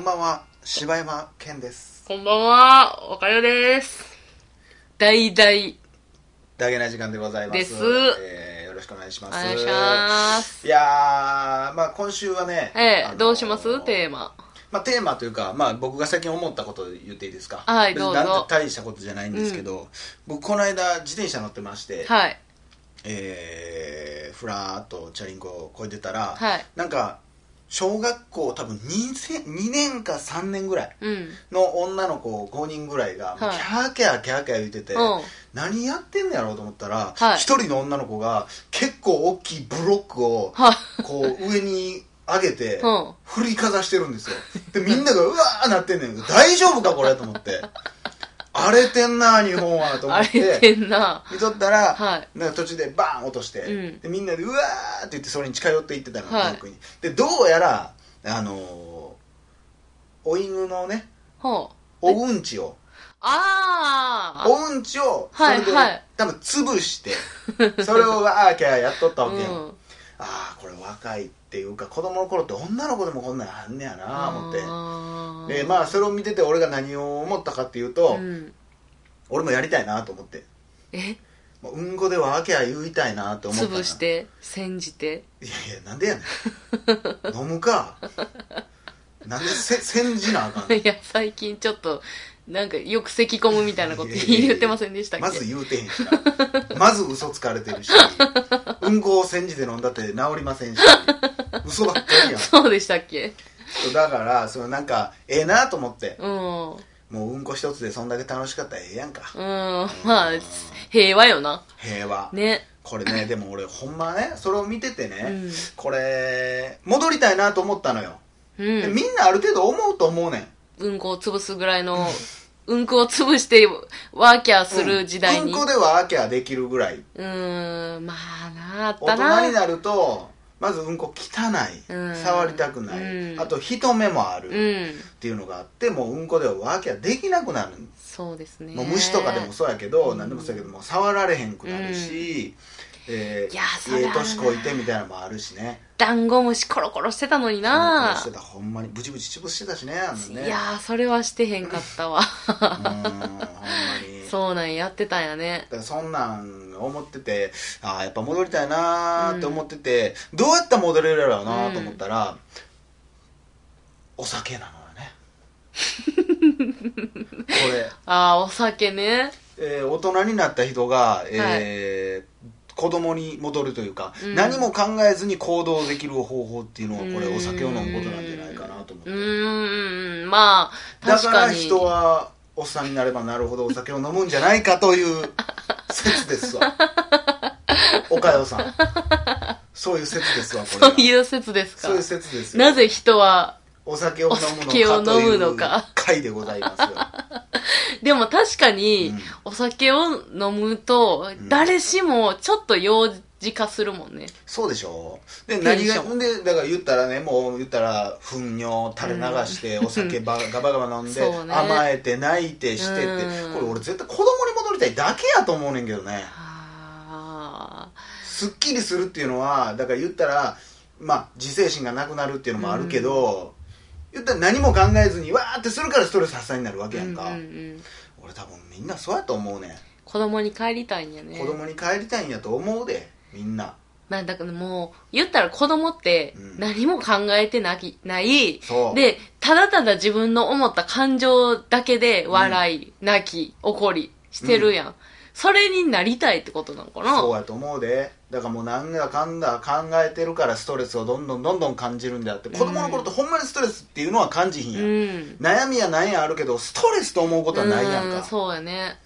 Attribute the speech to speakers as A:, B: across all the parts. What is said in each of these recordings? A: んは、柴山健です。
B: こんばんは、おかよです。大々。
A: ダゲな時間でございます。
B: です
A: えーよろしくお願いします。
B: お願いします。
A: いやー、まあ今週はね、
B: ええ
A: あのー
B: どうしますテーマ。
A: まあテーマというか、まあ僕が最近思ったこと言っていいですか。
B: はい
A: 別に
B: どうぞ
A: なんて大したことじゃないんですけど、僕この間自転車乗ってまして、
B: はい。
A: えー、ふらーっとチャリンコを越えてたら、
B: はい。
A: なんか、小学校多分 2, 2年か3年ぐらい
B: うん。
A: の女の子5人ぐらいが、もう
B: はい
A: キャーキャーキャーキャー言ってて、
B: うん。
A: 何やってんのやろうと思ったら、一、
B: はい
A: 人の女の子が結構大きいブロックを
B: は、
A: こう上に上げて
B: うん
A: 振りかざしてるんですよ。で、みんながうわーなってんねんけど、大丈夫かこれと思って。荒れてんな、日本はと思
B: あ
A: っ
B: れ
A: て。
B: てんな。
A: 見とったら、
B: はい。
A: なんか途中でバーン落として、
B: うん
A: でみんなでうわーって言ってそれに近寄っていってたの、
B: はい
A: 遠くにでどうやらあのー、お犬のね
B: ほう。
A: おうんちを
B: あー。
A: おうんちをそ
B: は
A: れ
B: い
A: で、
B: はい
A: 多分潰して それをわーキャーやっとったわけやん、
B: うん。
A: ああこれ若いっていうか子供の頃って女の子でもこんなんあんねやな思って
B: 思
A: でまあそれを見てて俺が何を思ったかっていうと、
B: うん。
A: 俺もやりたいなと思って
B: え
A: もううんこでわーキャー言いたいなと思ったな
B: 潰して、煎じて。
A: いやいやなんでやねん飲むかなんでせ煎じなあかんの
B: いや、最近ちょっと、なんかよく咳込むみたいな こと
A: いやいやいや
B: 言ってませんでしたっけ
A: まず言うてへんし なまず嘘つかれてるしうんこを煎じて飲んだって治りませんし嘘ばっかりやん
B: そうでしたっけ
A: そうだからそのなんかええなと思って
B: うん。うん。
A: もううんこ一つでそんだけ楽しかったらええやんか
B: まあ、平和よな。
A: 平和
B: ね。
A: これねでも俺ほんまねそれを見ててね、
B: うん
A: これ戻りたいなと思ったのよ、
B: うん
A: で。みんなある程度思うと思うねん
B: うんこを潰すぐらいの、 うんこを潰してワーキャーする時代
A: う
B: に。
A: んこ
B: う
A: ではアキャできるぐらい
B: ーん、まあなあ、あっ
A: 大
B: たな。
A: 人になるとまずうんこ汚い、
B: うん
A: 触りたくない、
B: うん
A: あと人目もある、っ
B: うん。
A: ていうのがあってもううんこではわけはできなくなる、
B: そうですね。
A: もう虫とかでもそうやけど、
B: うん
A: 何でもそうやけどもう触られへんくなるし、えー
B: いやそれ
A: え
B: は
A: え年こいてみたいなのもあるしね
B: ダンゴムシコロコロしてたのに
A: うん
B: な
A: こしてたほんまにブチブチ潰してたしねあのね
B: いやー、それはしてへんかったわ。
A: うんほんまに
B: そうなんやってたんやね
A: だ。からそんなん思っててああやっぱ戻りたいなーって思ってて、どうやったら戻れるやろうなーと思ったら、お酒なのよねこ
B: ああ、お酒ね。
A: れ、えー大人になった人が、えー子供に戻るというか、
B: うん
A: 何も考えずに行動できる方法っていうのはこれ
B: うん
A: お酒を飲むことなんじゃないかなと思っ
B: う
A: て、
B: ーん、まあ、
A: だ
B: 確
A: か
B: からに。
A: 人はおっさんになればなるほどお酒を飲むんじゃないかという説ですわおかよさんそういう説ですわこれ
B: そ
A: は
B: ういう説ですか
A: そういう説ですよ
B: なぜ人は、
A: お酒を飲むのかと
B: お酒を
A: い
B: 飲む
A: う
B: のか
A: 回でございますよ
B: でも確かに、
A: うん
B: お酒を飲むと、誰しもちょっと幼児化するもんね。
A: そうでしょで
B: テン
A: 何
B: ショ
A: が
B: ン
A: ほんでだから言ったらねもう言ったら糞尿垂れ流してお酒 ばガバガバ飲んで
B: そうね
A: 甘えて泣いてしてって
B: うん
A: これ俺絶対子供に戻りたいだけやと思うねんけどね
B: あ
A: すっきりするっていうのはだから言ったらまあ自制心がなくなるっていうのもあるけど、言ったら何も考えずにわーってするからストレス発散になるわ
B: ー
A: けやんか、
B: うんうんうん
A: 俺多分みんなそうやと思うね
B: 子供に帰りたいんやね。
A: 子供に帰りたいんやと思うでみんな
B: なんだかもう、言ったら子供って
A: うん
B: 何も考えてなきない。
A: そう
B: で、ただただ自分の思った感情だけで笑い、泣き、怒りしてるやん,、それになりたいってことなのかな
A: そうやと思うでだからもうなんだかんだ考えてるからストレスをどんどんどんどん感じるんであって子供の頃ってほんまにストレスっていうのは感じひんや、ん、
B: ん。
A: 悩みや何やあるけどストレスと思うことはないやん
B: う
A: か
B: そうやね。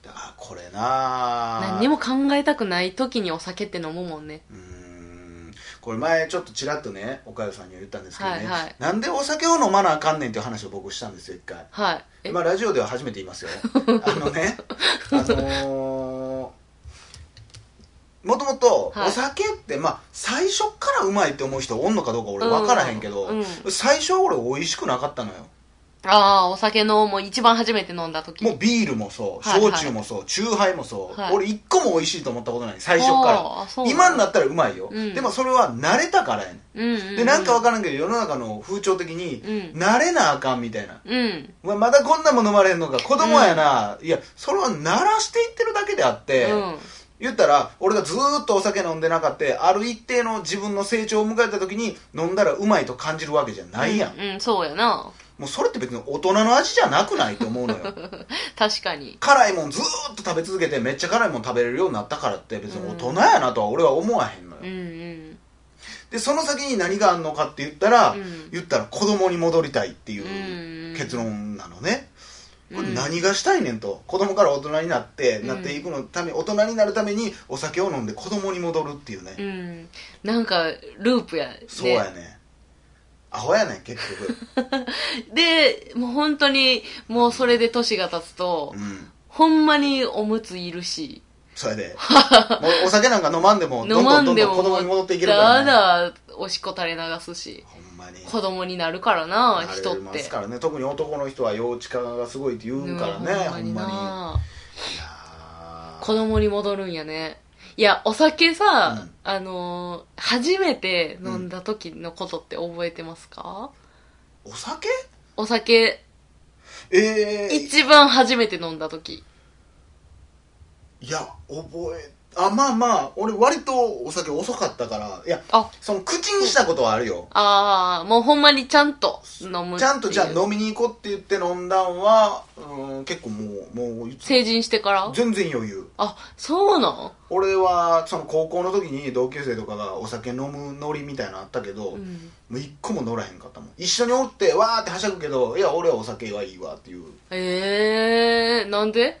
A: だからこれなあ
B: 何にも考えたくない時にお酒って飲むもんね。
A: うーんこれ前ちょっとちらっとね岡谷さんには言ったんですけどね、
B: はいはい
A: なんでお酒を飲まなあかんねんっていう話を僕したんですよ一回
B: はい。え
A: まあラジオでは初めて言い ますよあのねあのーもともと
B: はい
A: お酒って、まあ最初からうまいって思う人おんのかどうか俺分からへんけど、
B: うんうん
A: 最初は俺美味しくなかったのよ
B: ああ、お酒のもう一番初めて飲んだ時。
A: もうビールもそう
B: はいはい
A: 焼酎もそう酎ハイもそう、
B: はい
A: 俺一個も美味しいと思ったことない最初から
B: あーそう
A: 今に
B: な
A: なったらうまいよ、
B: うん
A: でもそれは慣れたからやね
B: うんうんうんん。
A: でなんかわからんけど世の中の風潮的に、
B: うん
A: 慣れなあかんみたいな
B: うん。
A: お前まだこんなもん飲まれんのか子供やな、いやそれは慣らしていってるだけであって、
B: うん。
A: 言ったら俺がずーっとお酒飲んでなかったある一定の自分の成長を迎えた時に飲んだらうまいと感じるわけじゃないやん、
B: うん、うんそうやな。
A: もうそれって別に大人の味じゃなくないと思うのよ
B: 確かに。
A: 辛いもんずーっと食べ続けてめっちゃ辛いもん食べれるようになったからって別に大人やなとは俺は思わへんのよ、
B: うんうん。
A: でその先に何があんのかって言ったら、
B: うん
A: 言ったら子供に戻りたいっていう
B: うんうん
A: 結論なのね、これ
B: うん
A: 何がしたいねんと子供から大人になって、
B: うん
A: なっていくのため大人になるためにお酒を飲んで子供に戻るっていうね、
B: うん。なんか、ループや。
A: そうやねアホやねん結 局、
B: で、もう本当に、もうそれで年が経つと、
A: うん、
B: ほんまにおむついるし、
A: それでもうお酒なんか飲まんでもど
B: 飲
A: んど
B: ま
A: んど
B: ん
A: ん
B: で
A: どん子
B: も、
A: 供に戻っていけるから、ね、
B: だだ、おしっこ垂れ流すし、
A: ほんまに
B: 子供になるからな、人
A: あ
B: っ
A: ります
B: て。
A: からね特に男の人は幼稚化がすごいって言うからね、
B: うん
A: ほ
B: ほ
A: んまに
B: んまに
A: いや
B: な
A: ー
B: 子供に戻るんやね。いや、お酒さ、
A: うん
B: あのー初めて飲んだ時のことって覚えてますか、
A: お酒
B: お酒、
A: ええ
B: 一番初めて飲んだ時。
A: いや覚えあまあまあ俺割とお酒遅かったからいや
B: あ、
A: その口にしたことはあるよ
B: ああ、もうほんまにちゃんと飲むっていう
A: ちゃんとじゃあ飲みに行こうって言って飲んだんは、うん、結構もうもう
B: 成人してから
A: 全然余裕
B: あ、そうなん
A: 俺はその高校の時に同級生とかがお酒飲むノリみたいなのあったけど、も
B: うん。
A: う一個も乗らへんかったもん一緒におってわーってはしゃぐけどいや俺はお酒はいいわっていう
B: ええー、なんで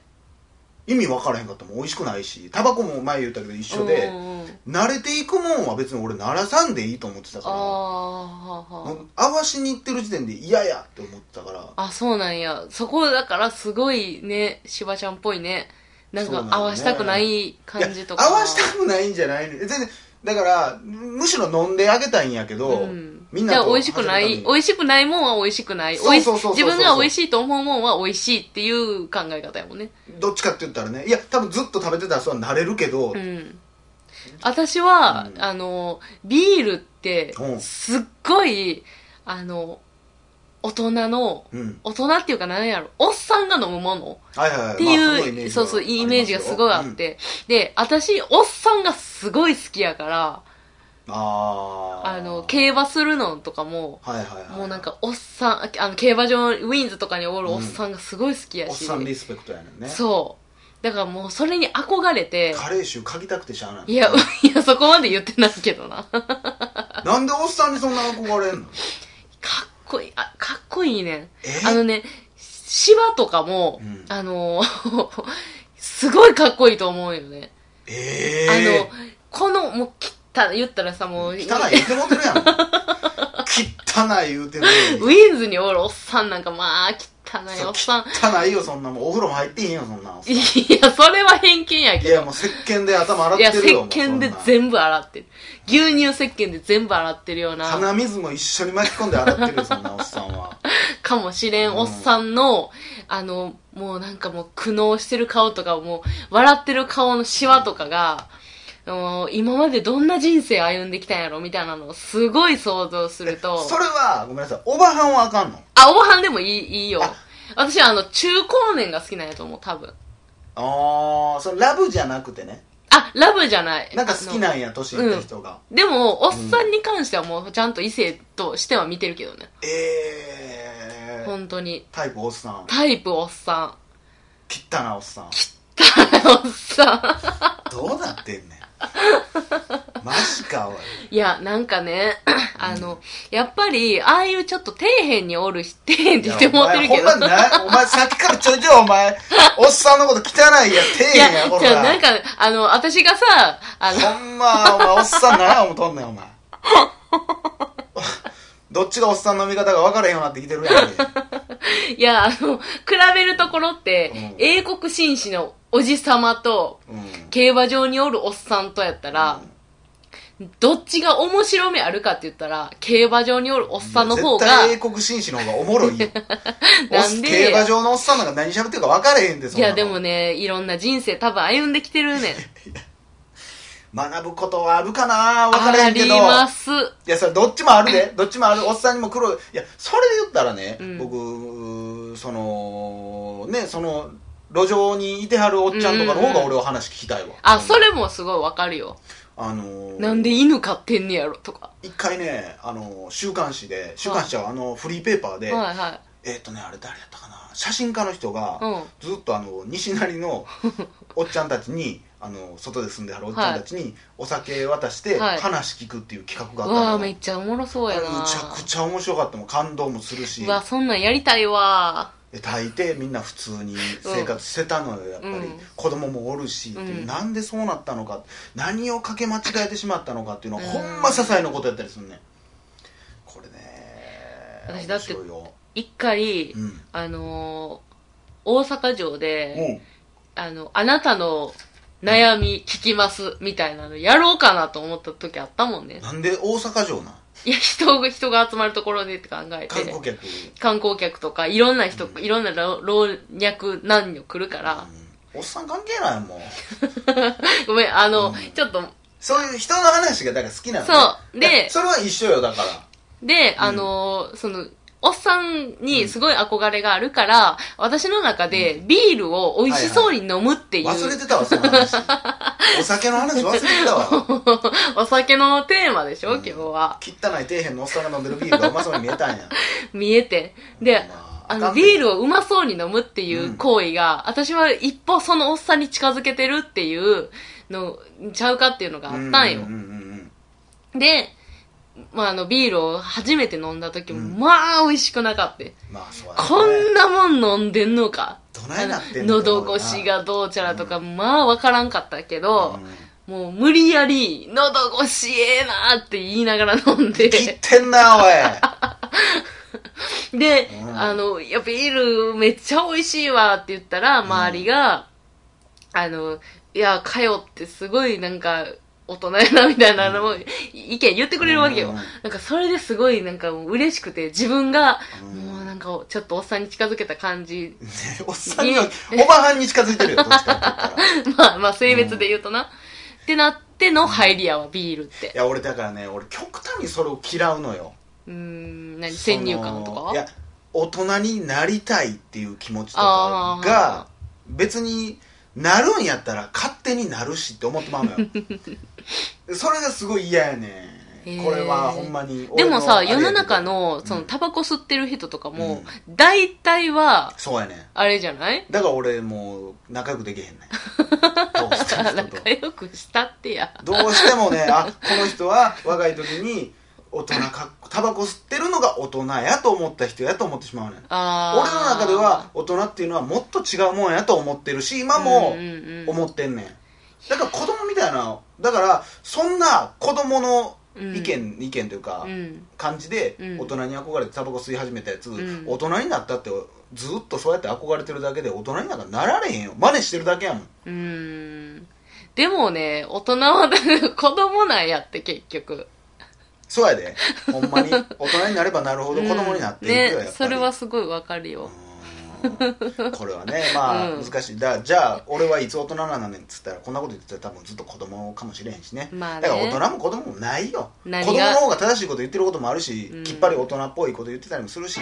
A: 意味分からへんかったもん美味しくないしタバコも前言ったけど一緒で、
B: うんうんうん
A: 慣れていくもんは別に俺ならさんでいいと思ってた
B: あー
A: か
B: はあ
A: ら
B: は
A: もう合わしに行ってる時点で嫌やって思ってたから
B: あ。あ、そうなんや。そこだからすごいね、しばちゃんっぽいね。なん
A: そうな
B: か
A: んだね
B: 合わしたくない感じとか。
A: いや合わしたくないんじゃないの全然だからむしろ飲んであげたいんやけど、
B: うん。
A: みんな
B: じゃあ
A: と
B: 美味しくな
A: 始め
B: い、
A: た
B: 美
A: のに
B: 味しくないもんは美味しくない。
A: そうそうそうそうそう
B: 美味し自分が美味しいと思うもんは美味しいっていう考え方やもんね。
A: どっちかって言ったらねいや多分ずっと食べてたらそうなれるけど、
B: うん。私は、
A: うん
B: あの、ビールって
A: う、ん
B: すっごい、あの、大人の、
A: うん
B: 大人っていうか何やろ、おっさんが飲むもの
A: はいはいはい
B: って
A: まあすごいイメ
B: い
A: ー
B: う、
A: ジ
B: そうそう、
A: はありますよ
B: イメージがすごいあっ
A: うん
B: て、で、私、おっさんがすごい好きやから、
A: ああ
B: あの、競馬するのとかも、
A: はいはいはい
B: もうなんか、おっさん、あの、競馬場、ウィンズとかにおるおっさんがすごい好きや
A: おっ
B: し、
A: さんリスペクトやねんね
B: そう。だからもう、それに憧れて、
A: カレー臭嗅ぎたくてしゃあない
B: いや、いや、そこまで言ってないけどな。かっ
A: なんでおっさんにそんな憧れんの
B: こいい、あ、かっこいいねん。
A: え
B: あのね、芝とかも、
A: うん
B: あの、 すごいかっこいいと思うよね。
A: え
B: あ
A: え
B: の、この、もう、切った、言ったらさ、もう、ウ
A: 汚い言うてもうて るやん汚い言うてるよ
B: ィンズにおるおっさんなんか、まあ、汚いおっさん。
A: 汚いよそんなもんお風呂も入っていいんよそんなおっさん
B: いや、それは偏見や
A: い
B: け
A: や
B: ど。
A: もう石鹸で頭洗っ
B: いや、
A: てる
B: 石
A: よ
B: 鹸
A: もうそ
B: で
A: んな
B: 全部洗ってる。牛乳石鹸で全部洗ってるような、
A: 鼻水も一緒に巻き込んで洗ってるよそん なおっさんは
B: かもしれ
A: うんん
B: おっさんの、あの、もうなんかもう苦悩してる顔とか、もう、笑ってる顔のシワとかが、もう今までどんな人生歩んできたんやろみたいなのをすごい想像す ると。
A: それはごめんなさいおばはんはあかんの
B: あ、おばはんでもいい、いいよ
A: あ。
B: 私はあの、中高年が好きなんやと思う、多分。
A: ああそれラブじゃなくてね
B: あ、ラブじゃない。
A: なんか好き
B: あ
A: なんや年いった人が、
B: のでも、おっさんに関してはもう、ちゃんと異性としては見てるけどね。
A: ええー、
B: 本当に。
A: タイプおっさん
B: タイプおっさ
A: 汚なおっさん
B: ん。 おっさ
A: どうなって んねんマジかおい
B: ん。いや、なんかね、あの、やっぱり、ああいうちょっと底辺におるし、底辺って言ってもうてるけ
A: い
B: ど
A: やお前ほん。まなお前さっきからちょいちょいお前おっさんのこと汚いや丁
B: い
A: 寧や
B: や、
A: ほ
B: じゃ
A: ら
B: あなんか、あの、私がさ、あの、
A: ほんま、お前、おっさん何や思うとんねん、お前。 どっちがおっさんの見方が分からへんようになってきてるやんけ。
B: いや、あの、比べるところって、
A: うん
B: 英国紳士のおじさまと、
A: うん。
B: 競馬場におるおっさんとやったら、どっちが面白みあるかって言ったら、競馬場におるおっさんの方が、
A: 絶対英国紳士の方がおもろいよおっ
B: なんで
A: 競馬場のおっさんなんか何喋ってるか分からへんでそ
B: い
A: んなの
B: やでもね、いろんな人生多分歩んできてるねん。
A: 学ぶことはあるかな分からへんけど
B: あります。
A: いやそれどっちもあるでどっちもあるおっさんにも苦労いやそれで言ったらね、
B: うん
A: 僕そのねその路上にいてはるおっちゃんとかの方が俺は話聞きたいわ、
B: あ、それもすごいわかるよ。
A: あのー
B: なんで犬飼ってんねやろとか。
A: 一回ねあの週刊誌で週刊誌はあのフリーペーパーで、
B: はいは
A: えっ、とねあれ誰やったかな写真家の人が、
B: い。うん。
A: ずっとあの西成のおっちゃんたちにあの外で住んではるおっちゃんたちにお酒渡して
B: はい
A: 話聞くっていう企画が
B: う
A: あ
B: わ
A: った
B: め
A: の
B: っちゃおもろそう
A: あ
B: や
A: れ
B: な。
A: むちゃくちゃ面白かったもん感動もするし
B: うわ、そんなんやりたいわ。
A: で大抵みんな普通に生活してたのよやっぱり、
B: うん
A: 子供もおるしっていう、
B: うん
A: なんでそうなったのか何をかけ間違えてしまったのかっていうのは
B: うん
A: ほんま些細なことやったりするねこれね
B: 私だって
A: 面白いよ
B: 一回
A: う、ん
B: あのー大阪城で、
A: おう
B: あの、あなたの悩み聞きます、みたいなのやろうかなと思った時あったもんね。
A: なんで大阪城なん
B: いや、人が、人が集まるところでって考えて。
A: 観光客
B: 観光客とか、いろんな人、
A: うん
B: いろんな老老若男女来るから、
A: うんおっさん関係ないもん
B: ごめん、あの、
A: うん
B: ちょっと、
A: そういう人の話がだから好きなのね
B: そう
A: い
B: で
A: やそれは一緒よだから
B: で、あのーその、おっさんにすごい憧れがあるから、私の中でビールを美味しそうに飲むっていう、
A: 忘れてたわその話 お酒の話忘れてたわ
B: お酒のテーマでしょ、
A: うん
B: 今日は。
A: 汚い底辺のおっさんが飲んでるビールがうまそうに見えたんや
B: 見えて。で、
A: ま
B: あの、ビー
A: ル
B: ルをうまそうに飲むっていう行為が、私は一歩そのおっさんに近づけてるっていうの、ちゃうかっていうのがあったんよ。
A: うんうんうん
B: で、まあ、あの、ビールを初めて飲んだ時も、
A: うん
B: まあ、美味しくなかった。
A: まあそうだ
B: こん
A: な
B: なもん飲んでんのか。
A: どないなってんの
B: 喉越しがどうちゃらとか、まあ、わからんかったけど、
A: う
B: もう、無理やり、喉越しええなって言いながら飲 ん
A: ん切っ
B: で、
A: てんなおい
B: で、
A: うん
B: あの、いや、ビールめっちゃ美味しいわって言ったら、周りが、あの、いや、かよってすごいなんか、大人やなみたいなのを意見言ってくれるわけよ。
A: うん
B: なんかそれですごいなんかもう嬉しくて、自分が、
A: うん
B: もうなんかちょっとおっさんに近づけた感じ。
A: ねおっさんにはおばはんに近づいてるよどっちかって言ったら
B: まあまあ性別で言うとな。ってなっての入りやわ、ビールっ
A: い
B: て。
A: や俺だからね俺極端にそれを嫌うのよ
B: うーん、何先入観と
A: その
B: か
A: いや大人になりたいっていう気持ちとかが別になるんやったら勝手になるしって思ってまう のよそれがすごい嫌やね
B: へー
A: これはほんまに
B: でもさ、
A: 俺
B: 世の中
A: あれや
B: の、その、
A: うん
B: タバコ吸ってる人とか
A: う
B: も、大体は
A: け、どそうやね
B: あれじゃない
A: だから俺もう仲良くできへんね んどうしても人と
B: 仲良くしたってや。
A: どうしてもねあこの人は若い時に大人かっタバコ吸ってるのが大人やと思った人やと思ってしまうねん
B: あー
A: 俺の中では、大人っていうのはもっと違うもんやと思ってるし今も
B: うんうんうん
A: 思ってんねんだから子供みたいなだからそんな子供の意見、意見というか、
B: うん。
A: 感じで
B: うん
A: 大人に憧れてタバコ吸い始めたやつ、
B: ん
A: 大人になったってずっとそうやって憧れてるだけで大人になんかなられへんよ真似してるだけやもん
B: うーん。でもね、大人は子供なんやって結局。
A: そうや でほんまに大人になればなるほど子供になっていくよ、
B: うん
A: や
B: ね、
A: っぱ
B: そ
A: り
B: れはすごいわかる
A: う
B: よ。
A: んこれはねまあ
B: うん
A: 難しいだじゃあ俺はいつ大人なんねんっつったらこんなこと言ってたら多分ずっと子供かもしれへんしね,、
B: まあね
A: だから大人も子供もないよ子
B: 何が
A: 供の方が正しいこと言ってることもあるし、
B: うん
A: きっぱり大人っぽいこと言ってたりもするし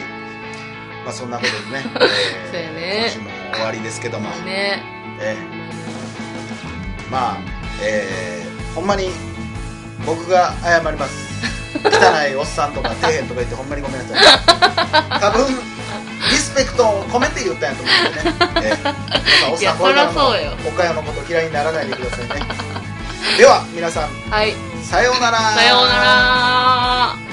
A: まあそんなことでね,えー、
B: そうやね
A: 今週も終わりですけども、
B: ね。
A: えーまあえーほんまに僕が謝ります汚いおっさんとか底辺とか言ってほんまにごめんなさい多分リスペクトを込めて言ったんやと思うんでね、えーまあおっ
B: いや
A: さんこれからも
B: そらそうよ
A: 岡山のこと嫌いにならないでくださいねでは皆さん
B: はい。
A: さようなら
B: さようなら